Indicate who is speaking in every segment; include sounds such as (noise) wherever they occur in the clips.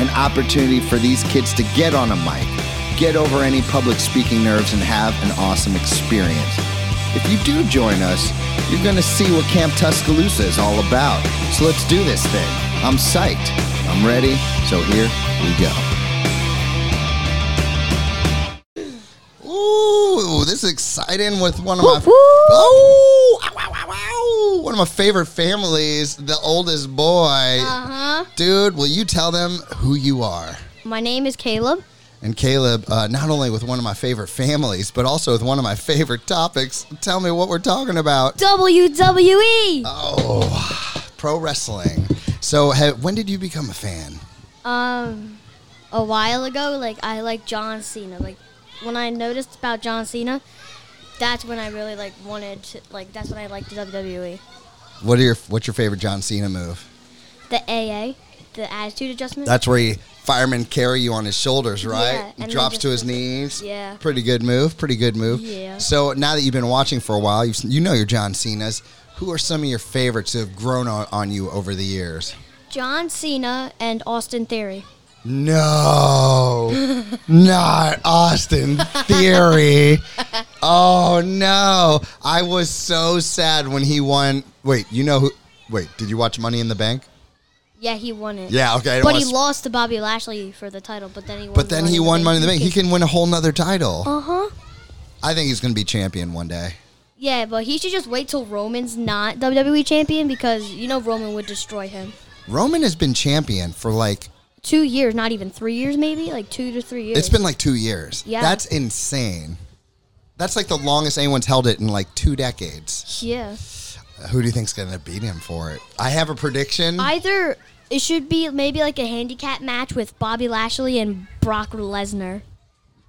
Speaker 1: An opportunity for these kids to get on a mic, get over any public speaking nerves, and have an awesome experience. If you do join us, you're going to see what Camp Tuscaloosa is all about. So let's do this thing. I'm psyched. I'm ready. So here we go. Ooh, this is exciting with one of my oh, ow, ow, ow, ow. one of my favorite families, the oldest boy.
Speaker 2: Uh huh.
Speaker 1: Dude, will you tell them who you are?
Speaker 2: My name is Caleb.
Speaker 1: And Caleb, uh, not only with one of my favorite families, but also with one of my favorite topics. Tell me what we're talking about.
Speaker 2: WWE.
Speaker 1: Oh, pro wrestling. So, ha- when did you become a fan?
Speaker 2: Um, a while ago, like I like John Cena. Like when I noticed about John Cena, that's when I really like wanted. To, like that's when I liked the E. WWE.
Speaker 1: What are your What's your favorite John Cena move?
Speaker 2: The AA, the Attitude Adjustment.
Speaker 1: That's where he firemen carry you on his shoulders,
Speaker 2: Yeah,
Speaker 1: right?
Speaker 2: and they
Speaker 1: he drops
Speaker 2: just
Speaker 1: to his
Speaker 2: put the-
Speaker 1: knees.
Speaker 2: yeah.
Speaker 1: Pretty good move. Pretty good move.
Speaker 2: Yeah.
Speaker 1: So now that you've been watching for a while, you've, you know your John Cena's. Who are some of your favorites who have grown on, on you over the years?
Speaker 2: John Cena and Austin Theory. (laughs)
Speaker 1: No, not Austin Theory. Oh no, I was so sad when he won. Wait, you know who? Wait, did you watch Money in the Bank?
Speaker 2: Yeah, he won it.
Speaker 1: Yeah, okay. I don't
Speaker 2: But he
Speaker 1: wanna sp-
Speaker 2: lost to Bobby Lashley for the title. But then he. Won
Speaker 1: but then he won Money in the Bank. He can win a whole nother title.
Speaker 2: Uh huh.
Speaker 1: I think he's going to be champion one day.
Speaker 2: Yeah, but he should just wait till Roman's not WWE champion because you know Roman would destroy him.
Speaker 1: Roman has been champion for like
Speaker 2: two years, not even three years, maybe like two to three years.
Speaker 1: it's been like two years.
Speaker 2: Yeah.
Speaker 1: that's insane. That's like the longest anyone's held it in like two decades.
Speaker 2: yeah.
Speaker 1: Who do you think's going to beat him for it? I have a prediction.
Speaker 2: Either it should be maybe like a handicap match with Bobby Lashley and Brock Lesnar.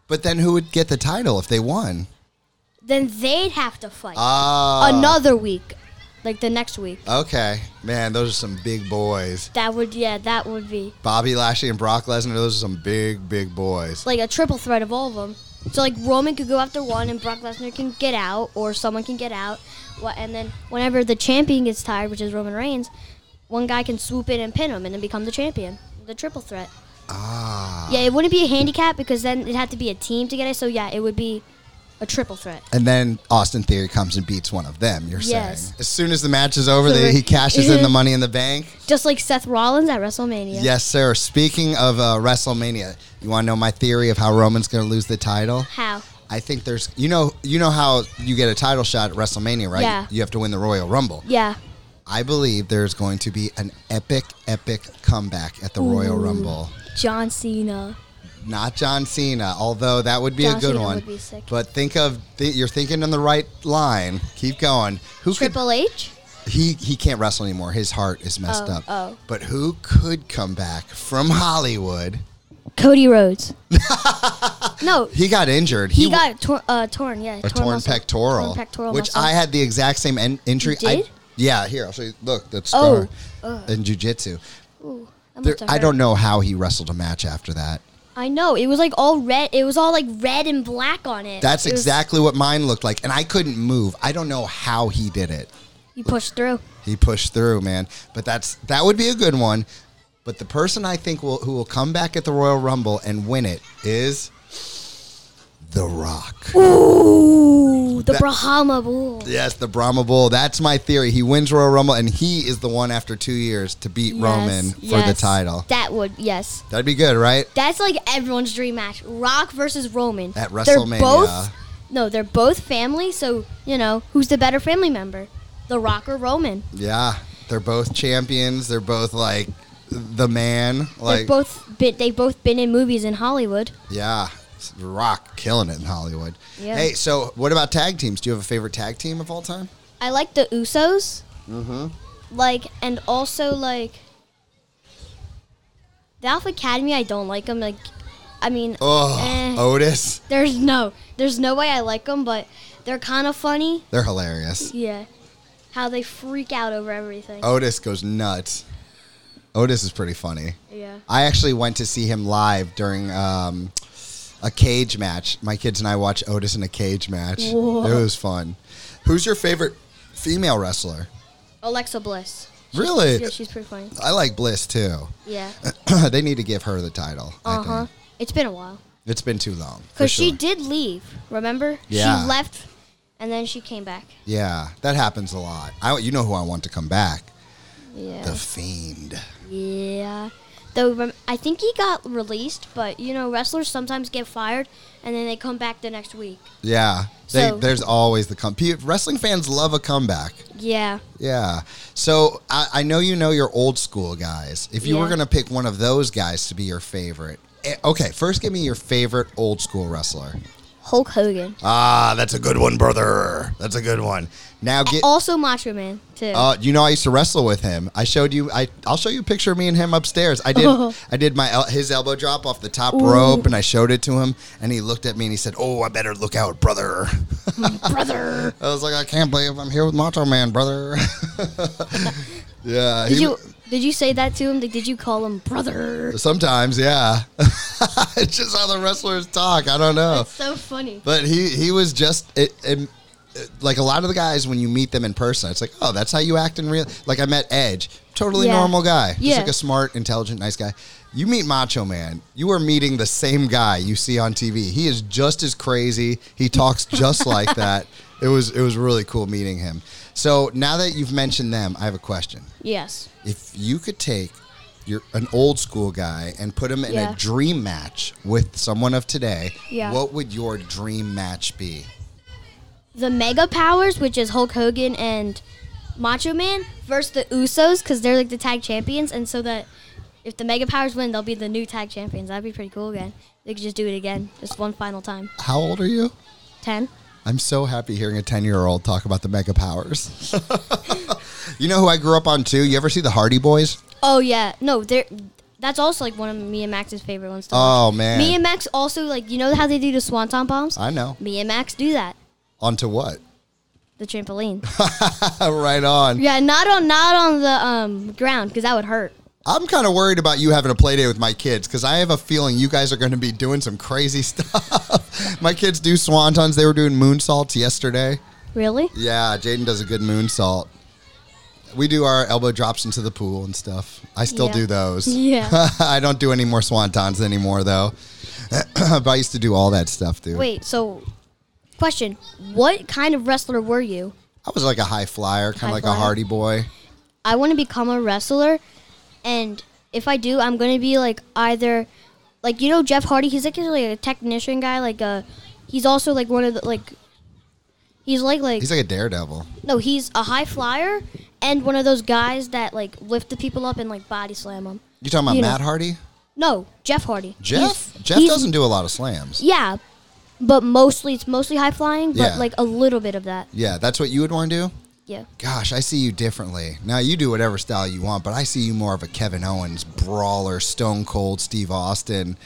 Speaker 1: But then who would get the title if they won?
Speaker 2: Then they'd have to fight
Speaker 1: Ah,
Speaker 2: another week, like the next week.
Speaker 1: okay, man, those are some big boys.
Speaker 2: That would yeah, that would be
Speaker 1: Bobby Lashley and Brock Lesnar, those are some big, big boys.
Speaker 2: like a triple threat of all of them. So like Roman could go after one, and Brock Lesnar can get out, or someone can get out. What and then whenever the champion gets tired, which is Roman Reigns, one guy can swoop in and pin him, and then become the champion. The triple threat.
Speaker 1: Ah,
Speaker 2: Yeah, it wouldn't be a handicap because then it'd have to be a team to get it. So yeah, it would be a triple threat.
Speaker 1: and then Austin Theory comes and beats one of them. You're
Speaker 2: Yes.
Speaker 1: saying as soon as the match is over,
Speaker 2: So
Speaker 1: they,
Speaker 2: we're-
Speaker 1: he
Speaker 2: (laughs)
Speaker 1: cashes in the money in the bank.
Speaker 2: Just like Seth Rollins at WrestleMania.
Speaker 1: Yes, sir. Speaking of uh, WrestleMania, you want to know my theory of how Roman's going to lose the title?
Speaker 2: How?
Speaker 1: I think there's, you know, you know how you get a title shot at WrestleMania, right?
Speaker 2: Yeah.
Speaker 1: You have to win the Royal Rumble.
Speaker 2: Yeah.
Speaker 1: I believe there's going to be an epic, epic comeback at the Royal Rumble.
Speaker 2: John Cena.
Speaker 1: Not John Cena, although that would be a
Speaker 2: John
Speaker 1: good
Speaker 2: Cena
Speaker 1: one.
Speaker 2: would be sick.
Speaker 1: But think of th- you're thinking on the right line. Keep going. Who
Speaker 2: Triple H?
Speaker 1: could he he can't wrestle anymore. His heart is messed
Speaker 2: Oh,
Speaker 1: up.
Speaker 2: oh.
Speaker 1: But who could come back from Hollywood? (laughs)
Speaker 2: Cody Rhodes. no,
Speaker 1: He got injured. w-
Speaker 2: he, got tor- uh, torn. Yeah,
Speaker 1: a torn
Speaker 2: muscle.
Speaker 1: pectoral,
Speaker 2: Torn pectoral
Speaker 1: which
Speaker 2: muscle.
Speaker 1: I had the exact same en- injury.
Speaker 2: You
Speaker 1: I-
Speaker 2: did?
Speaker 1: yeah, here I'll show you. Look, that
Speaker 2: Oh.
Speaker 1: scar in jujitsu.
Speaker 2: Ooh, that
Speaker 1: There-
Speaker 2: must have
Speaker 1: I
Speaker 2: hurt.
Speaker 1: don't know how he wrestled a match after that.
Speaker 2: I know it was like all red. It was all like red and black on it.
Speaker 1: That's
Speaker 2: It was-
Speaker 1: exactly what mine looked like, and I couldn't move. I don't know how he did it.
Speaker 2: You pushed through.
Speaker 1: He pushed through, man. But that's that would be a good one. But the person I think will who will come back at the Royal Rumble and win it is The Rock.
Speaker 2: Ooh, the
Speaker 1: That-
Speaker 2: Brahma Bull.
Speaker 1: Yes, the Brahma Bull. That's my theory. He wins Royal Rumble, and he is the one after two years to beat Roman
Speaker 2: Yes,
Speaker 1: for the
Speaker 2: yes.
Speaker 1: title.
Speaker 2: That would yes.
Speaker 1: That'd be good, right?
Speaker 2: That's like everyone's dream match: Rock versus Roman
Speaker 1: At WrestleMania.
Speaker 2: They're both, no, they're both family, so you know who's the better family member, the Rock or Roman?
Speaker 1: Yeah, they're both champions. They're both like the man.
Speaker 2: they're
Speaker 1: Like,
Speaker 2: both been, they've both been in movies in Hollywood.
Speaker 1: yeah, it's The Rock killing it in Hollywood.
Speaker 2: Yeah.
Speaker 1: Hey, so what about tag teams? Do you have a favorite tag team of all time?
Speaker 2: I like the Usos, mm-hmm. like, and also like the Alpha Academy. I don't like them. Like, I mean,
Speaker 1: Oh,
Speaker 2: eh,
Speaker 1: Otis.
Speaker 2: there's no, there's no way I like them, but they're kind of funny.
Speaker 1: They're hilarious.
Speaker 2: Yeah, how they freak out over everything.
Speaker 1: Otis goes nuts. Otis is pretty funny.
Speaker 2: Yeah.
Speaker 1: I actually went to see him live during um, a cage match. My kids and I watched Otis in a cage match.
Speaker 2: Whoa.
Speaker 1: It was fun. Who's your favorite female wrestler?
Speaker 2: Alexa Bliss.
Speaker 1: Really?
Speaker 2: Yeah, she's pretty funny.
Speaker 1: I like Bliss too. (clears throat)
Speaker 2: Yeah.
Speaker 1: they need to give her the title.
Speaker 2: Uh
Speaker 1: I
Speaker 2: huh.
Speaker 1: think.
Speaker 2: It's been a while.
Speaker 1: It's been too long. for
Speaker 2: Because she
Speaker 1: sure.
Speaker 2: did leave, remember?
Speaker 1: Yeah.
Speaker 2: She left and then she came back.
Speaker 1: Yeah, that happens a lot. I, you know who I want to come back?
Speaker 2: Yeah.
Speaker 1: The Fiend.
Speaker 2: yeah. Though rem- I think he got released, but you know, wrestlers sometimes get fired and then they come back the next week.
Speaker 1: Yeah. They,
Speaker 2: So-
Speaker 1: there's always the come. pe- Wrestling fans love a comeback.
Speaker 2: Yeah.
Speaker 1: Yeah. So I, I know you know your old school guys. If you were
Speaker 2: Yeah.
Speaker 1: going to pick one of those guys to be your favorite, eh, okay, first give me your favorite old school wrestler.
Speaker 2: Hulk Hogan.
Speaker 1: Ah, that's a good one, brother. That's a good one. Now get.
Speaker 2: Also Macho Man, too.
Speaker 1: Uh, (laughs) you know, I used to wrestle with him. I showed you. I I'll show you a picture of me and him upstairs. I did.
Speaker 2: (laughs)
Speaker 1: I did my el- his elbow drop off the top rope, and I showed it to him, and he looked at me and he said, "Oh, I better look out, brother."
Speaker 2: Brother.
Speaker 1: I was like, "I can't believe I'm here with Macho Man,
Speaker 2: (laughs)
Speaker 1: brother." (laughs) yeah.
Speaker 2: Did
Speaker 1: he-
Speaker 2: you did you say that to him? Like, did you call him brother?
Speaker 1: Sometimes, yeah. (laughs) it's just how the wrestlers talk. I don't know.
Speaker 2: That's so funny.
Speaker 1: But he he was just it, it, it- like a lot of the guys when you meet them in person, it's like oh that's how you act in real. Like I met Edge, totally
Speaker 2: Yeah.
Speaker 1: normal guy, just
Speaker 2: Yeah.
Speaker 1: like a smart, intelligent, nice guy. You meet Macho Man, you are meeting the same guy you see on TV. He is just as crazy. He talks
Speaker 2: (laughs)
Speaker 1: just like that. It was it was really cool meeting him. So now that you've mentioned them, I have a question.
Speaker 2: Yes.
Speaker 1: If you could take your an old school guy and put him in
Speaker 2: Yeah.
Speaker 1: a dream match with someone of today,
Speaker 2: Yeah.
Speaker 1: what would your dream match be?
Speaker 2: the Mega Powers, which is Hulk Hogan and Macho Man, versus the Usos because they're like the tag champions, and so that if the Mega Powers win, they'll be the new tag champions. That'd be pretty cool again. They could just do it again, just one final time.
Speaker 1: How old are you?
Speaker 2: Ten.
Speaker 1: I'm so happy hearing a 10 year old talk about the mega powers. (laughs) you know who I grew up on too? You ever see the Hardy Boys?
Speaker 2: Oh yeah, no, they're. That's also like one of me and Max's favorite ones. To watch.
Speaker 1: Oh, man.
Speaker 2: Me and Max also like you know how they do the swanton bombs.
Speaker 1: I know.
Speaker 2: me and Max do that.
Speaker 1: Onto what? (laughs)
Speaker 2: The trampoline. (laughs)
Speaker 1: right on.
Speaker 2: yeah, not on not on the um ground because that would hurt.
Speaker 1: I'm kind of worried about you having a play day with my kids because I have a feeling you guys are going to be doing some crazy (laughs) stuff. my kids do swantons. They were doing moonsaults yesterday.
Speaker 2: Really?
Speaker 1: Yeah, Jaden does a good moonsault. We do our elbow drops into the pool and stuff. I still
Speaker 2: Yeah.
Speaker 1: do those. (laughs)
Speaker 2: (laughs) Yeah.
Speaker 1: I don't do any more swantons anymore though. (clears throat) but I used to do all that stuff, dude.
Speaker 2: Wait, so question, what kind of wrestler were you?
Speaker 1: I was like a high flyer, kind
Speaker 2: High
Speaker 1: of like a
Speaker 2: flyer.
Speaker 1: Hardy boy.
Speaker 2: I want to become a wrestler and if I do, I'm going to be like either like you know Jeff Hardy, he's like, he's like a technician guy like a he's also like one of the like he's like like
Speaker 1: He's like a daredevil.
Speaker 2: no, he's a high flyer and one of those guys that like lift the people up and like body slam them.
Speaker 1: You talking about
Speaker 2: You know.
Speaker 1: Matt Hardy?
Speaker 2: No, Jeff Hardy.
Speaker 1: Jeff?
Speaker 2: He's-
Speaker 1: Jeff
Speaker 2: he's-
Speaker 1: doesn't do a lot of slams.
Speaker 2: Yeah. But mostly it's mostly high flying, but
Speaker 1: Yeah.
Speaker 2: like a little bit of that.
Speaker 1: Yeah, that's what you would want to do.
Speaker 2: Yeah.
Speaker 1: Gosh, I see you differently. Now you do whatever style you want, but I see you more of a Kevin Owens brawler, Stone Cold, Steve Austin.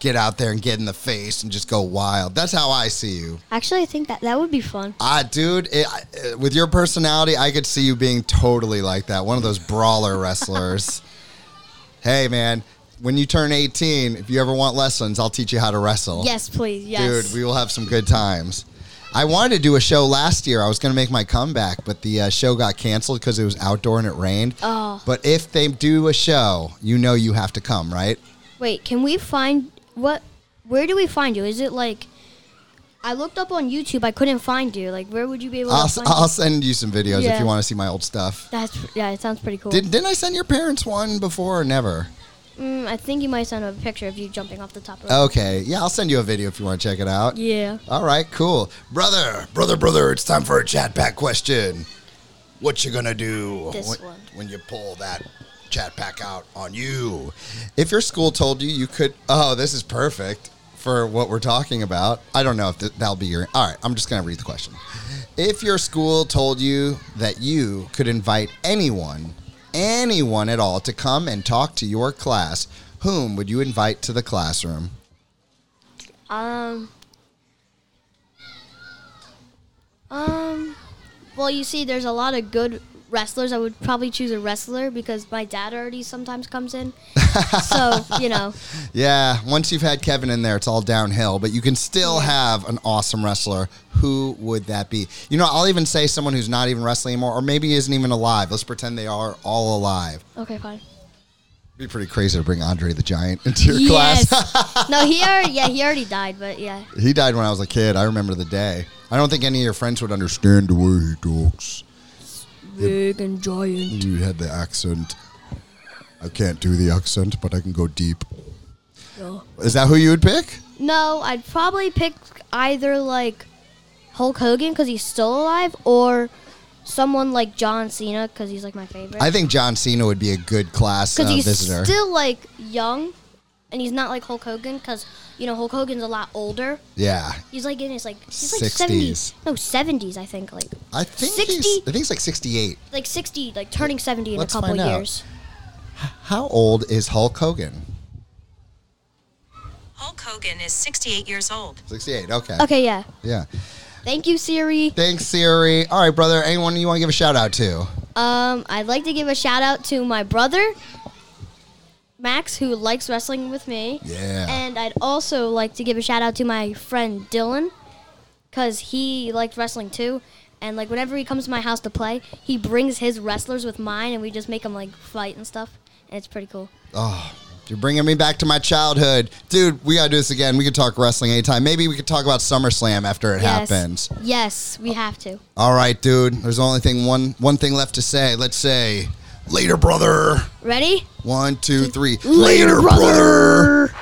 Speaker 1: Get out there and get in the face and just go wild. That's how I see you.
Speaker 2: Actually, I think that that would be fun.
Speaker 1: Ah, dude, it, I- uh, with your personality, I could see you being totally like that. One of those brawler wrestlers. (laughs) hey, man, when you turn 18, if you ever want lessons, I'll teach you how to wrestle.
Speaker 2: Yes, please. Yes.
Speaker 1: Dude, we will have some good times. I wanted to do a show last year. I was going to make my comeback, but the uh, show got canceled because it was outdoor and it rained.
Speaker 2: Oh.
Speaker 1: But if they do a show, you know you have to come, right?
Speaker 2: Wait, can we find what? Where do we find you? Is it like I looked up on YouTube? I couldn't find you. Like, where would you be able
Speaker 1: I'll,
Speaker 2: to
Speaker 1: s-
Speaker 2: find?
Speaker 1: I'll send you some videos if
Speaker 2: Yeah.
Speaker 1: you want to see my old stuff.
Speaker 2: That's yeah. It sounds pretty cool.
Speaker 1: Did, didn't I send your parents one before or never?
Speaker 2: mm, I think you might send a picture of you jumping off the top rope.
Speaker 1: Okay. Yeah, I'll send you a video if you want to check it out.
Speaker 2: Yeah.
Speaker 1: All right, cool. Brother, brother, brother, it's time for a chat pack question. What you gonna do
Speaker 2: This
Speaker 1: when,
Speaker 2: one.
Speaker 1: when you pull that chat pack out on you? If your school told you you could, oh, this is perfect for what we're talking about. I don't know if th- that'll be your. All right, I'm just gonna read the question. If your school told you that you could invite anyone, anyone at all, to come and talk to your class, whom would you invite to the classroom?
Speaker 2: Um. Um. Well, you see, there's a lot of good wrestlers. I would probably choose a wrestler because my dad already sometimes comes in. so
Speaker 1: (laughs)
Speaker 2: you know,
Speaker 1: Yeah, once you've had Kevin in there, it's all downhill, but you can still have an awesome wrestler. Who would that be? You know, I'll even say someone who's not even wrestling anymore, or maybe isn't even alive. Let's pretend they are all alive.
Speaker 2: okay, fine.
Speaker 1: It'd be pretty crazy to bring Andre the Giant (laughs) into your class. (laughs)
Speaker 2: Yes. no, he already. Yeah, he already died. But yeah.
Speaker 1: He died when I was a kid. I remember the day. I don't think any of your friends would understand the way he talks.
Speaker 2: Big and giant.
Speaker 1: You had the accent. I can't do the accent, but I can go deep. Is that who you would pick?
Speaker 2: No, I'd probably pick either like Hulk Hogan because he's still alive, or someone like John Cena because he's like my favorite.
Speaker 1: I think John Cena would be a good class uh,
Speaker 2: because he's
Speaker 1: visitor.
Speaker 2: still like young, and he's not like Hulk Hogan because you know Hulk Hogan's a lot older.
Speaker 1: yeah,
Speaker 2: He's like in his like he's like
Speaker 1: 60s.
Speaker 2: seventies, no seventies I think like
Speaker 1: I think
Speaker 2: 60?
Speaker 1: he's. I think he's like sixty-eight.
Speaker 2: like sixty like turning seventy in
Speaker 1: Let's
Speaker 2: a couple
Speaker 1: find out.
Speaker 2: years.
Speaker 1: How old is Hulk Hogan?
Speaker 3: Hulk Hogan is 68 years old.
Speaker 1: Sixty-eight. Okay.
Speaker 2: Okay, yeah.
Speaker 1: Yeah.
Speaker 2: Thank you, Siri.
Speaker 1: Thanks, Siri. All right, brother. Anyone you want to give a shout out to?
Speaker 2: Um, I'd like to give a shout out to my brother, Max, who likes wrestling with me.
Speaker 1: Yeah.
Speaker 2: And I'd also like to give a shout out to my friend Dylan, because he liked wrestling too. And like whenever he comes to my house to play, he brings his wrestlers with mine, and we just make them like fight and stuff. And it's pretty cool.
Speaker 1: Oh, you're bringing me back to my childhood. Dude, we got to do this again. We could talk wrestling anytime. Maybe we could talk about SummerSlam after it
Speaker 2: yes.
Speaker 1: happens.
Speaker 2: Yes, we have to.
Speaker 1: All right, dude. There's only thing one one thing left to say. Let's say later, brother.
Speaker 2: Ready?
Speaker 1: One, two, three. Later, brother.